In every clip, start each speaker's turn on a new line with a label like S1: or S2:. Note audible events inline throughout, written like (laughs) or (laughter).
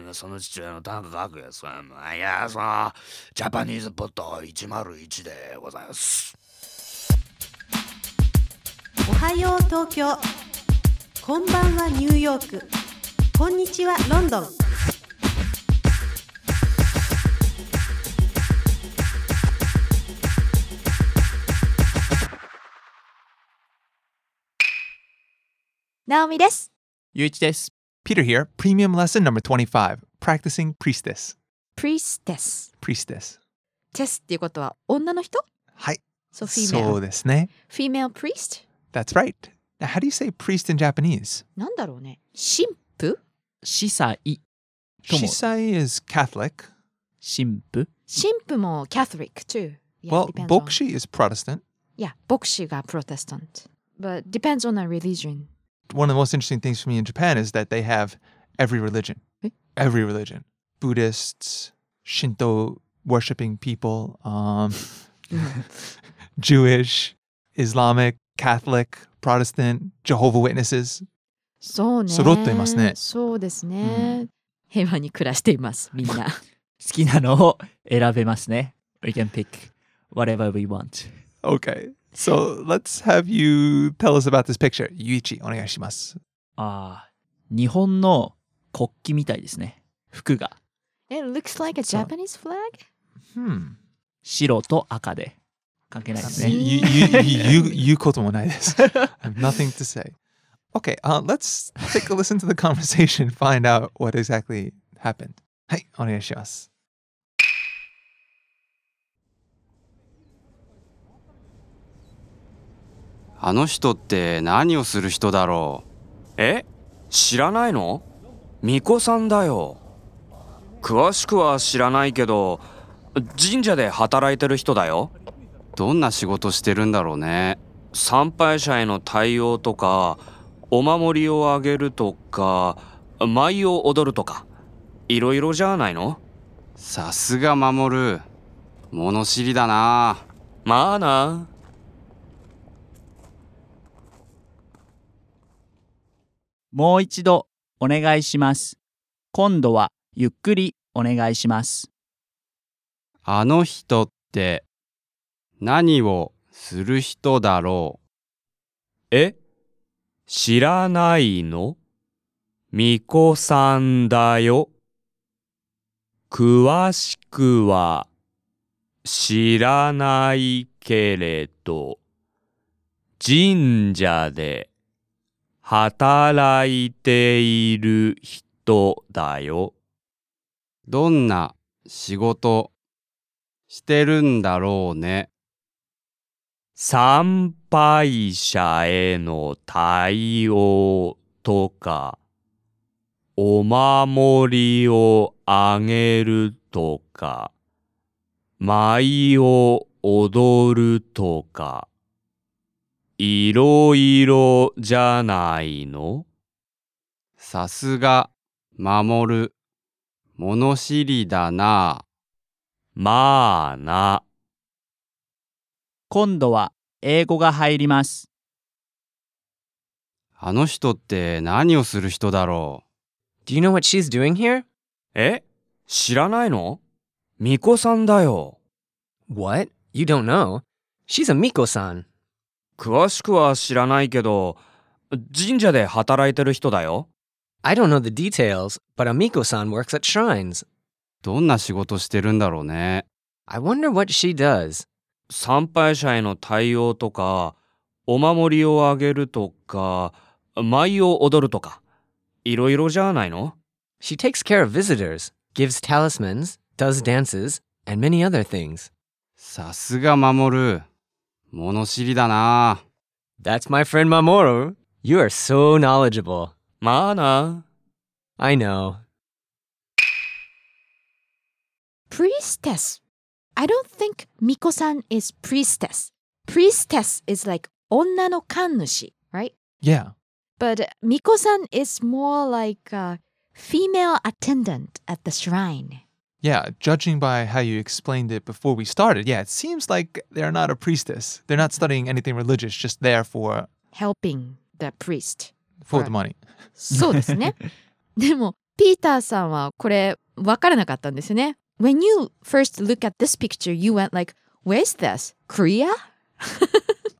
S1: のその父親の田中角栄さんのいやそのジャパニーズポット101でございます
S2: おはよう東京こんばんはニューヨークこんにちはロンドン
S3: ナオミです。
S4: ゆういちです。Peter here. Premium lesson number 25 Practicing Priestess.
S3: プリステス。
S4: Priestess.
S3: テスっていうことは女の人
S4: はい。
S3: そう、フィメ
S4: そう
S3: ル。
S4: ですね。
S3: フィメルプリスト
S4: That's right. Now, how do you say priest in Japanese?
S3: なんだろうね。神父
S5: 司祭、とも
S4: Shisai is Catholic.
S5: 神父、
S3: 神父もキャトリック too. Yeah,
S4: well,
S3: depends on-
S4: Bokshi is Protestant.
S3: Yeah, 牧師がプロテスタント。But depends on a religion.
S4: One of the most interesting things for me in Japan is that they have every religion.
S3: Eh?
S4: Every religion. Buddhists, Shinto worshipping people, um, Jewish, Islamic, Catholic, Protestant, Jehovah Witnesses.
S3: そうね。
S4: 揃っていますね
S3: そうですね。平和に暮らしています、みん
S4: (laughs)
S3: な。 (laughs)
S5: 好きなのを選べますね。We can pick whatever we want.
S4: Okay. So let's have you tell us about this picture. Yuichi, onegaishimasu.
S5: ああ、日本の国旗みたいですね。服が
S3: It looks like a
S5: そう
S3: Japanese flag?
S4: Hmm.
S5: 白と赤で関係ないですね。
S4: You, you, you, you, I have nothing to say. Okay, uh, let's take a listen to the conversation, find out what exactly happened. Hey, onegaishimasu.
S6: あの人って何をする人だろ
S1: え知らないの巫女さんだよ詳しくは知らないけど神社で働いてる人だよ
S6: うどんな仕事してるんだろうね
S1: 参拝者への対応とかお守りをあげるとか舞を踊るとかいろいろじゃないの
S6: さすが守る物知りだな
S1: まあな
S5: もう一度お願いします。今度はゆっくりお願いします。
S6: あの人って何をする人だろ
S1: え知らないの巫女さんだよ詳しくは知らないけれど神社で働いている人だよ
S6: うどんな仕事してるんだろうね
S1: 参拝者への対応とか、お守りをあげるとか、舞を踊るとか、いろいろじゃないの
S6: さすが守る物知りだな
S1: まあな。
S5: 今度は英語が入ります。
S6: あの人って何をする人だろ
S7: Do you know what she's doing here?
S1: え知らないの巫女さんだよ。
S7: What? You don't know? She's a Miko san.
S1: 詳しくは知らないけど、神社で働いてる人だよ。
S7: I don't know the details, but a Miko san works at shrines.
S6: うどんな仕事してるんだろうね
S7: I wonder what she does.
S1: 参拝者への対応とかお守りをあげるとか舞を踊るとかいろいろじゃないの
S7: She takes care of visitors, gives talismans, does dances, and many other things.
S6: さすが守る物知りだな
S7: That's my friend Mamoru. You are so knowledgeable.
S1: まあな
S7: I know.
S3: プリステス。I don't think 巫女さん is priestess. Priestess is like 女の神主, right?
S4: Yeah.
S3: But 巫女さん is more like a female attendant at the shrine.
S4: Yeah, judging by how you explained it before we started, yeah, it seems like they're not a priestess. They're not studying anything religious, just there for
S3: helping the priest.
S4: for
S3: Right.
S4: the money.
S3: そうですね。でも、ピーターさんはこれわからなかったんですよね。When you first look at this picture, you went like, where's this? Korea?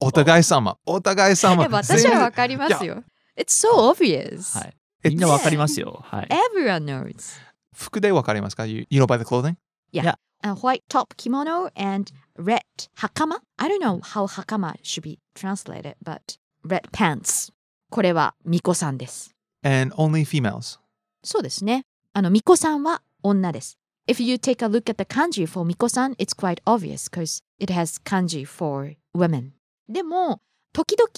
S4: お互い様。お互
S3: (laughs)
S4: い様。
S3: え私はわかりますよ。It's so obvious.
S5: はい。
S4: 全
S5: み (laughs) ん
S4: 然
S5: なわかりますよ。はい。
S3: Everyone knows.
S4: 服でわかりますか you, you know by the clothing?
S3: A white top kimono and red hakama. I don't know how hakama should be translated, but red pants. これは巫女さんです。
S4: And only females.
S3: そうですね。あの、巫女さんは女です。If you take a look at the kanji for 巫女さん、it's quite obvious because it has kanji for women. でも、時々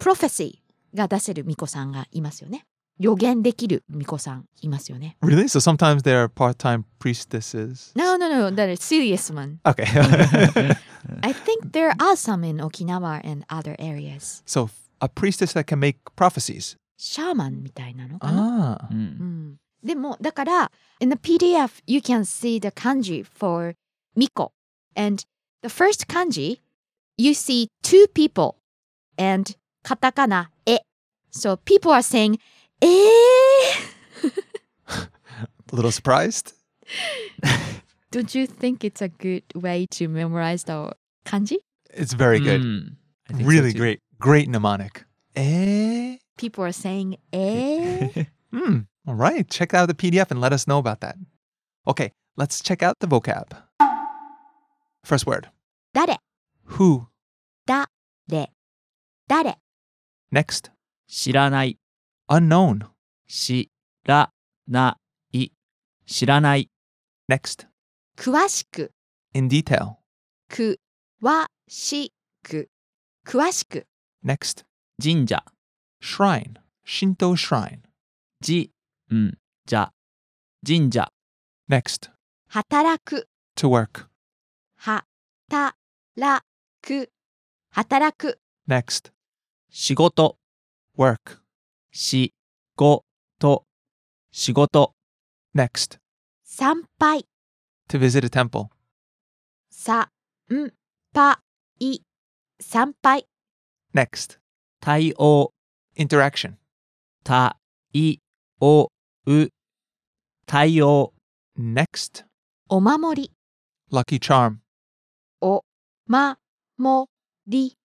S3: prophecy が出せる巫女さんがいますよね。予言できる巫女さんいますよね。
S4: Really? So sometimes they are part-time priestesses.
S3: No, no, no, that is serious one.
S4: Okay. (laughs)
S3: I think there are some in Okinawa and other areas.
S4: so a priestess that can make prophecies.
S3: シャーマンみたいなのかな。
S5: う
S4: Ah.
S5: ん
S3: うんでもだから in the PDF you can see the kanji for Miko and the first kanji you see two people and katakana e so people are saying え
S4: A little surprised?
S3: (laughs) don't you think it's a good way to memorize the 漢字
S4: It's very good.
S5: うん。I Mm, think so
S4: Really
S5: too.
S4: great. Great mnemonic. Eh?
S3: people are saying
S5: (laughs)
S3: え
S4: Hmm. All right. Check out the PDF and let us know about that. Okay. Let's check out the vocab. First word
S3: 誰
S4: who.
S3: で誰
S4: Next
S5: 知らない。
S4: unknown.
S5: 知らない。知らない。
S4: Next
S3: 詳しく
S4: in detail.
S3: くわしく詳しく
S4: Next
S5: 神社。
S4: shrine. Shinto shrine.
S5: じ、ん、じゃ。神社。
S4: Next
S3: 働く
S4: to work.
S3: はたらく働く
S4: Next
S5: 仕事。
S4: work.
S5: し、ご、と。仕事。
S4: Next
S3: 参拝
S4: to visit a temple.
S3: さんぱい参拝
S4: Next
S5: 対応。
S4: interaction.
S5: た、い、お、う。対応。
S4: Next
S3: お守り
S4: lucky charm.
S3: おまもり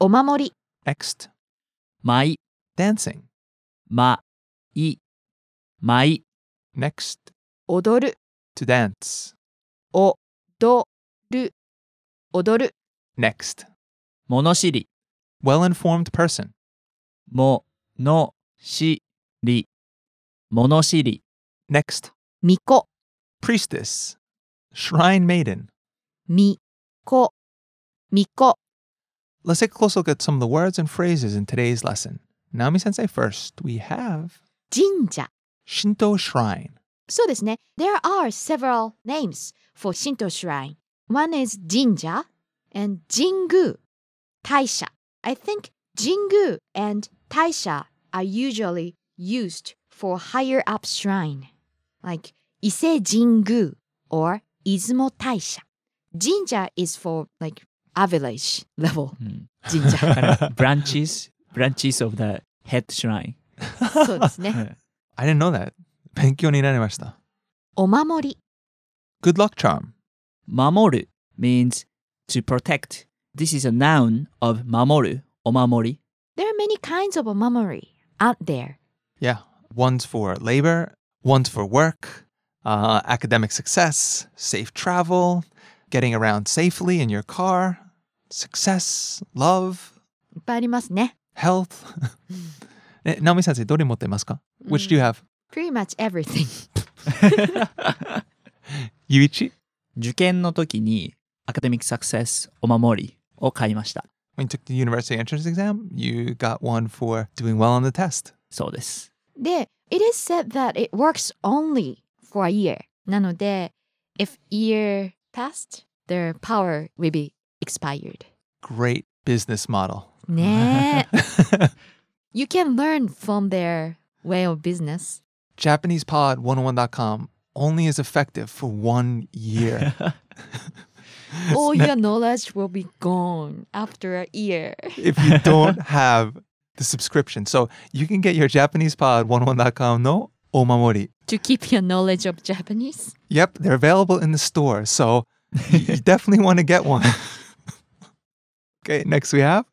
S3: お守り
S4: Next
S5: 舞、
S4: dancing.
S5: ま、い。舞、
S4: Next
S3: 踊る
S4: to dance.
S3: おどる踊る
S4: Next
S5: 物知り。
S4: well informed person.
S5: ものしり。ものしり。
S4: Next
S3: みこ
S4: priestess. Shrine maiden.
S3: みこみこ
S4: Let's take a close look at some of the words and phrases in today's lesson. Naomi sensei first, we have
S3: 神社
S4: Shinto shrine.
S3: そうですね。There are several names for Shinto shrine. One is 神社 and 神宮、大社。I think 神宮 and 大社 are usually used for higher up shrine, like 伊勢神宮 or 出雲大社。神社 is for like average level
S5: うん
S3: 神社。
S5: (laughs) branches, (laughs) branches of the head shrine.
S3: そうですね。
S4: I didn't know that. (laughs) 勉強になりました。
S3: お守り、
S4: Good luck charm.
S5: 守る means to protect. This is a noun of 守る、お守り。
S3: There are many kinds of お守り out there.
S4: Yeah. One's for labor, one's for work, uh, academic success, safe travel, getting around safely in your car, success, love,
S3: いっぱいありますね。
S4: health. (laughs) Eh, ね、Naomi sensei, どれ持ってますか ?Which do you have?
S3: Pretty much everything. (laughs)
S4: ゆういち
S5: 受験の時にアカデミックサクセスお守りを買いました。
S4: When you took the university entrance exam, you got one for doing well on the test.
S5: そうです。
S3: で、it is said that it works only for a year. なので、if year passed, their power will be expired.
S4: Great business model. (laughs)
S3: ねえ。you can learn from their way of business.
S4: JapanesePod101.com only is effective for one year.
S3: All your knowledge will be gone after a year. (laughs)
S4: if you oh don't have the subscription. So you can get your JapanesePod101.com no omamori.
S3: to keep your knowledge of Japanese.
S4: Yep, they're available in the store, so y- you definitely want to get one. okay, next we have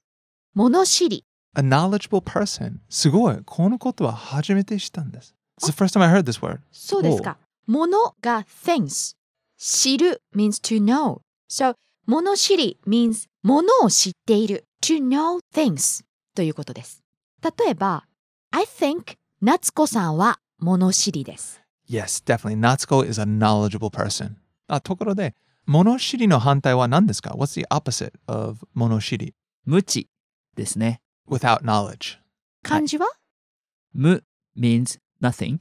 S3: 物知り
S4: a knowledgeable person. すごい。このことは初めて知ったんです。It's the first time I heard this word.
S3: そうですか。ものが things。知る means to know. So, 物知り means ものを知っている to know things ということです。例えば、I think 夏子さんは物知りです。
S4: Yes, definitely. Natsuko is a knowledgeable person. あところで、物知りの反対は何ですか ?What's the opposite of 物知り
S5: 無知ですね。
S4: without knowledge?
S3: 漢字は、
S5: 無 means nothing.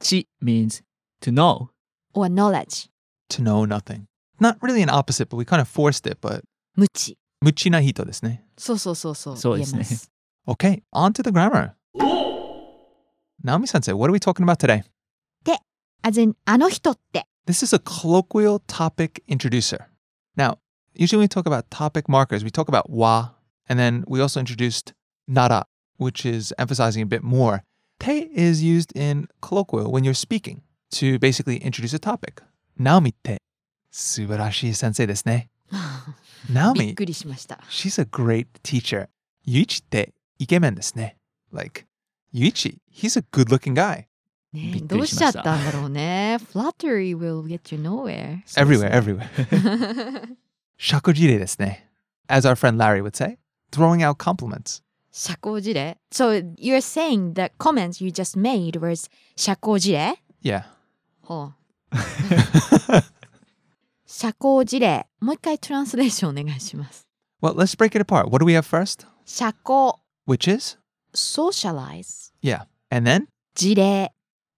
S5: 知 means to know.
S3: or knowledge。
S4: To know nothing. Not really an opposite, but we kind of forced it, but
S3: 無知。
S4: 無知な人ですね。
S3: そうそうそうそう。
S5: そうですね
S3: 言えます
S4: Okay, on to the grammar. Naomi sensei, what are we talking about today?
S3: As in あの人って。
S4: This is a colloquial topic introducer. Now, usually when we talk about topic markers, we talk about wa, and then we also introduced nara, which is emphasizing a bit more. Te is used in colloquial when you're speaking to basically introduce a topic. Naomi te. Subarashii sensei desu ne.
S3: びっ
S4: Naomi,
S3: くりしました。
S4: she's a great teacher. Yuichi te ikemen desu ne. Like, Yuichi, he's a good-looking guy.
S3: ね
S5: びっく
S3: どう
S5: り
S3: し
S5: しま
S3: ちゃ
S5: し
S3: ったたんだろうね。Flattery will get you nowhere.
S4: everywhere, everywhere. 食事例ですね。As our friend Larry would say, throwing out compliments.
S3: 社交辞令 So you're saying the comments you just made was 社交辞令
S4: Yeah.
S3: ほう。社交辞令。もう一回トランスレーションお願いします。
S4: Well, let's break it apart. What do we have first?
S3: 社交、
S4: Which is?
S3: socialize.
S4: Yeah. And then?
S3: 辞令。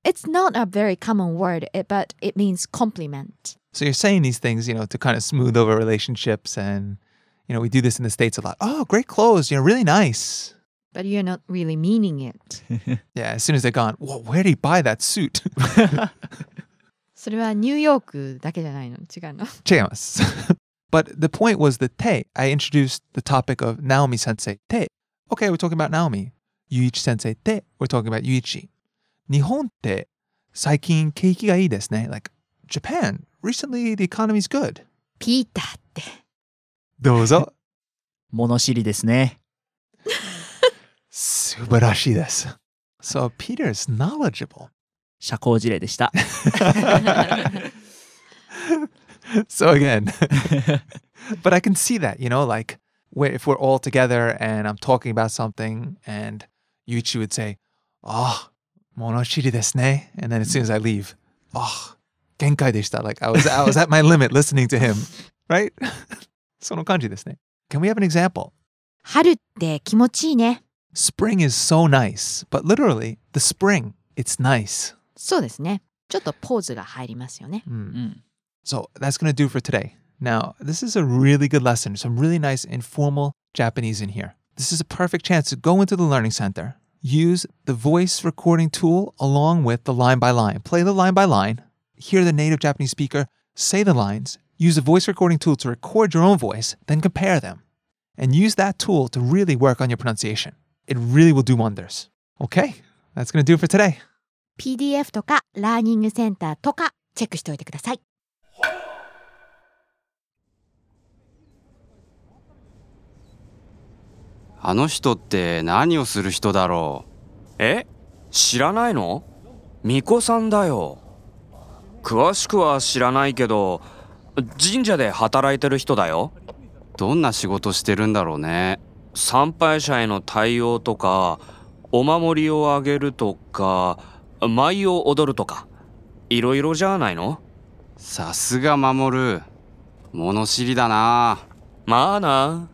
S3: It's not a very common word, it- but it means compliment.
S4: So you're saying these things, you know, to kind of smooth over relationships and you know, we do this in the States a lot. Oh, great clothes, you know, really nice.
S3: But you're not really meaning (laughs) it.
S4: Yeah, as soon as they're gone, Whoa, where did he buy that suit? (laughs)
S3: それはニューヨークだけじゃないの違うの
S4: Chaos. (laughs) but the point was the te. I introduced the topic of Naomi sensei te. Okay, we're talking about Naomi. Yuichi sensei te. We're talking about Yuichi. Nihon te. Saikin keiki ga ii desu ne. Like, Japan, recently the economy's good.
S3: ピーターって。
S4: Dozo.
S5: 物知りですね。
S4: Subarashi desu. So Peter is knowledgeable.
S5: 社交辞令でした。
S4: (laughs) so again, but I can see that, you know, like where if we're all together and I'm talking about something and Yuichi would say, "Ah, monoshiri desu ne," and then as soon as I leave, "Ah, genkai deshita," like I was I was at my limit listening to him, right? (laughs) Sono kanji desu ne. Can we have an example?
S3: 春って気持ちいいね。
S4: Spring is so nice, but literally the spring, it's nice.
S3: そうですね。ちょっとポーズが入りますよね。
S4: Mm.
S5: うん、
S4: So that's going to do for today. Now, this is a really good lesson. Some really nice informal Japanese in here. This is a perfect chance to go into the learning center, use the voice recording tool along with the line by line. Play the line by line, hear the native Japanese speaker say the lines, use the voice recording tool to record your own voice, then compare them. And use that tool to really work on your pronunciation. It really will do wonders. Okay, that's going to do it for today.
S3: PDF とかラーニングセンターとかチェックしておいてください。
S6: あの人って何をする人だろ
S1: え知らないの巫女さんだよ詳しくは知らないけど神社で働いてる人だよ
S6: うどんな仕事してるんだろうね
S1: 参拝者への対応とかお守りをあげるとか舞を踊るとかいろいろじゃないの
S6: さすが守る物知りだな
S1: まあな